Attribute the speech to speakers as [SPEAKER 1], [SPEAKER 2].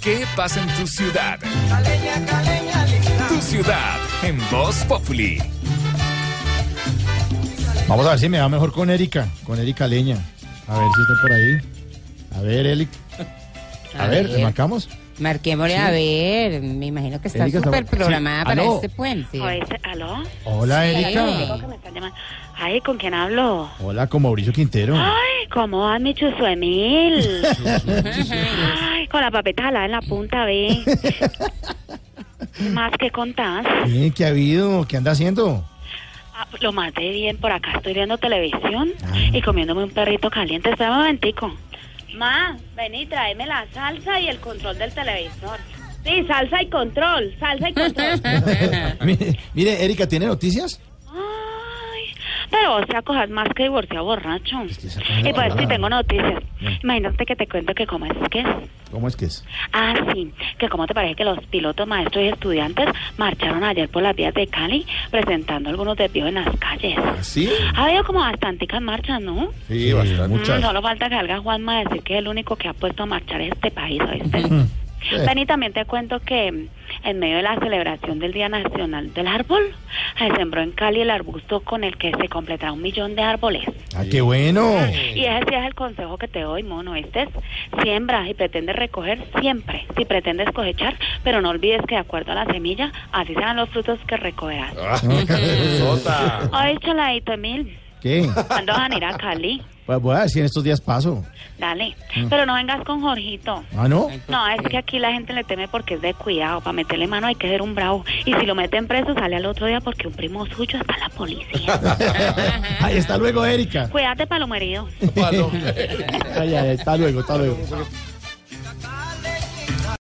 [SPEAKER 1] ¿Qué pasa en tu ciudad? Tu ciudad en Voz Populi.
[SPEAKER 2] Vamos a ver si me va mejor con Erika, con Erika Leña. A ver si está por ahí. A ver, Eric. A,
[SPEAKER 3] A
[SPEAKER 2] ver,
[SPEAKER 3] ver.
[SPEAKER 2] ¿le marcamos?
[SPEAKER 3] Marquémosle a ver, me imagino que está
[SPEAKER 2] Erika,
[SPEAKER 3] súper
[SPEAKER 2] estamos-
[SPEAKER 3] programada
[SPEAKER 2] Sí.
[SPEAKER 3] para
[SPEAKER 2] Aló.
[SPEAKER 3] este puente.
[SPEAKER 4] Oye, Pues, ¿Aló?
[SPEAKER 2] Hola,
[SPEAKER 4] Creo
[SPEAKER 2] Erika.
[SPEAKER 4] que me están llamando. Ay, ¿con quién hablo?
[SPEAKER 2] Hola, con Mauricio Quintero.
[SPEAKER 4] Ay, ¿cómo va mi chuzuemil? Ay, con la papeta jalada en la punta, ve. Más que contás.
[SPEAKER 2] Bien, ¿qué ha habido? ¿Qué anda haciendo?
[SPEAKER 4] Ah, Lo más de bien, por acá estoy viendo televisión
[SPEAKER 2] Ah.
[SPEAKER 4] y comiéndome un perrito caliente. Espera un momentico. Ma, vení, tráeme la salsa y el control del televisor. Sí, salsa y control, salsa y control.
[SPEAKER 2] mire, mire, Erika, ¿tiene noticias?
[SPEAKER 4] Ay, pero o sea, cojas más que divorciado borracho.
[SPEAKER 2] que esa cosa es
[SPEAKER 4] y pues
[SPEAKER 2] brava.
[SPEAKER 4] sí tengo noticias.
[SPEAKER 2] Bien.
[SPEAKER 4] Imagínate que te cuento que cómo es que es.
[SPEAKER 2] ¿Cómo es que es?
[SPEAKER 4] Ah, sí, que cómo te parece que los pilotos, maestros y estudiantes marcharon ayer por las vías de Cali presentando algunos desvíos en las calles.
[SPEAKER 2] Ah, ¿Sí?
[SPEAKER 4] Ha habido como bastanticas marchas, ¿no?
[SPEAKER 2] Sí, bastante.
[SPEAKER 4] Mm, solo falta que salga Juanma a decir que es el único que ha puesto a marchar este país, ¿oíste?
[SPEAKER 2] Eh.
[SPEAKER 4] Ven y también te cuento que mm, en medio de la celebración del Día Nacional del Árbol, se sembró en Cali el arbusto con el que se completará un millón de árboles.
[SPEAKER 2] Ah, qué bueno.
[SPEAKER 4] Y ese sí es el consejo que te doy, mono. Este es siembra y pretendes recoger siempre, si pretendes cosechar, pero no olvides que de acuerdo a la semilla, así serán los frutos que recogerás.
[SPEAKER 2] Ah.
[SPEAKER 4] Oye, choladito Emil,
[SPEAKER 2] ¿Qué?
[SPEAKER 4] ¿cuándo van a ir a Cali?
[SPEAKER 2] Pues voy a decir en estos días paso.
[SPEAKER 4] Dale, pero no vengas con Jorgito.
[SPEAKER 2] Ah, ¿no?
[SPEAKER 4] No, es que aquí la gente le teme porque es de cuidado. Para meterle mano hay que ser un bravo. Y si lo meten preso, sale al otro día porque un primo suyo está en la policía.
[SPEAKER 2] Ahí está luego, Erika.
[SPEAKER 4] Cuídate, palomerido.
[SPEAKER 2] Ay, ay, hasta luego, hasta luego.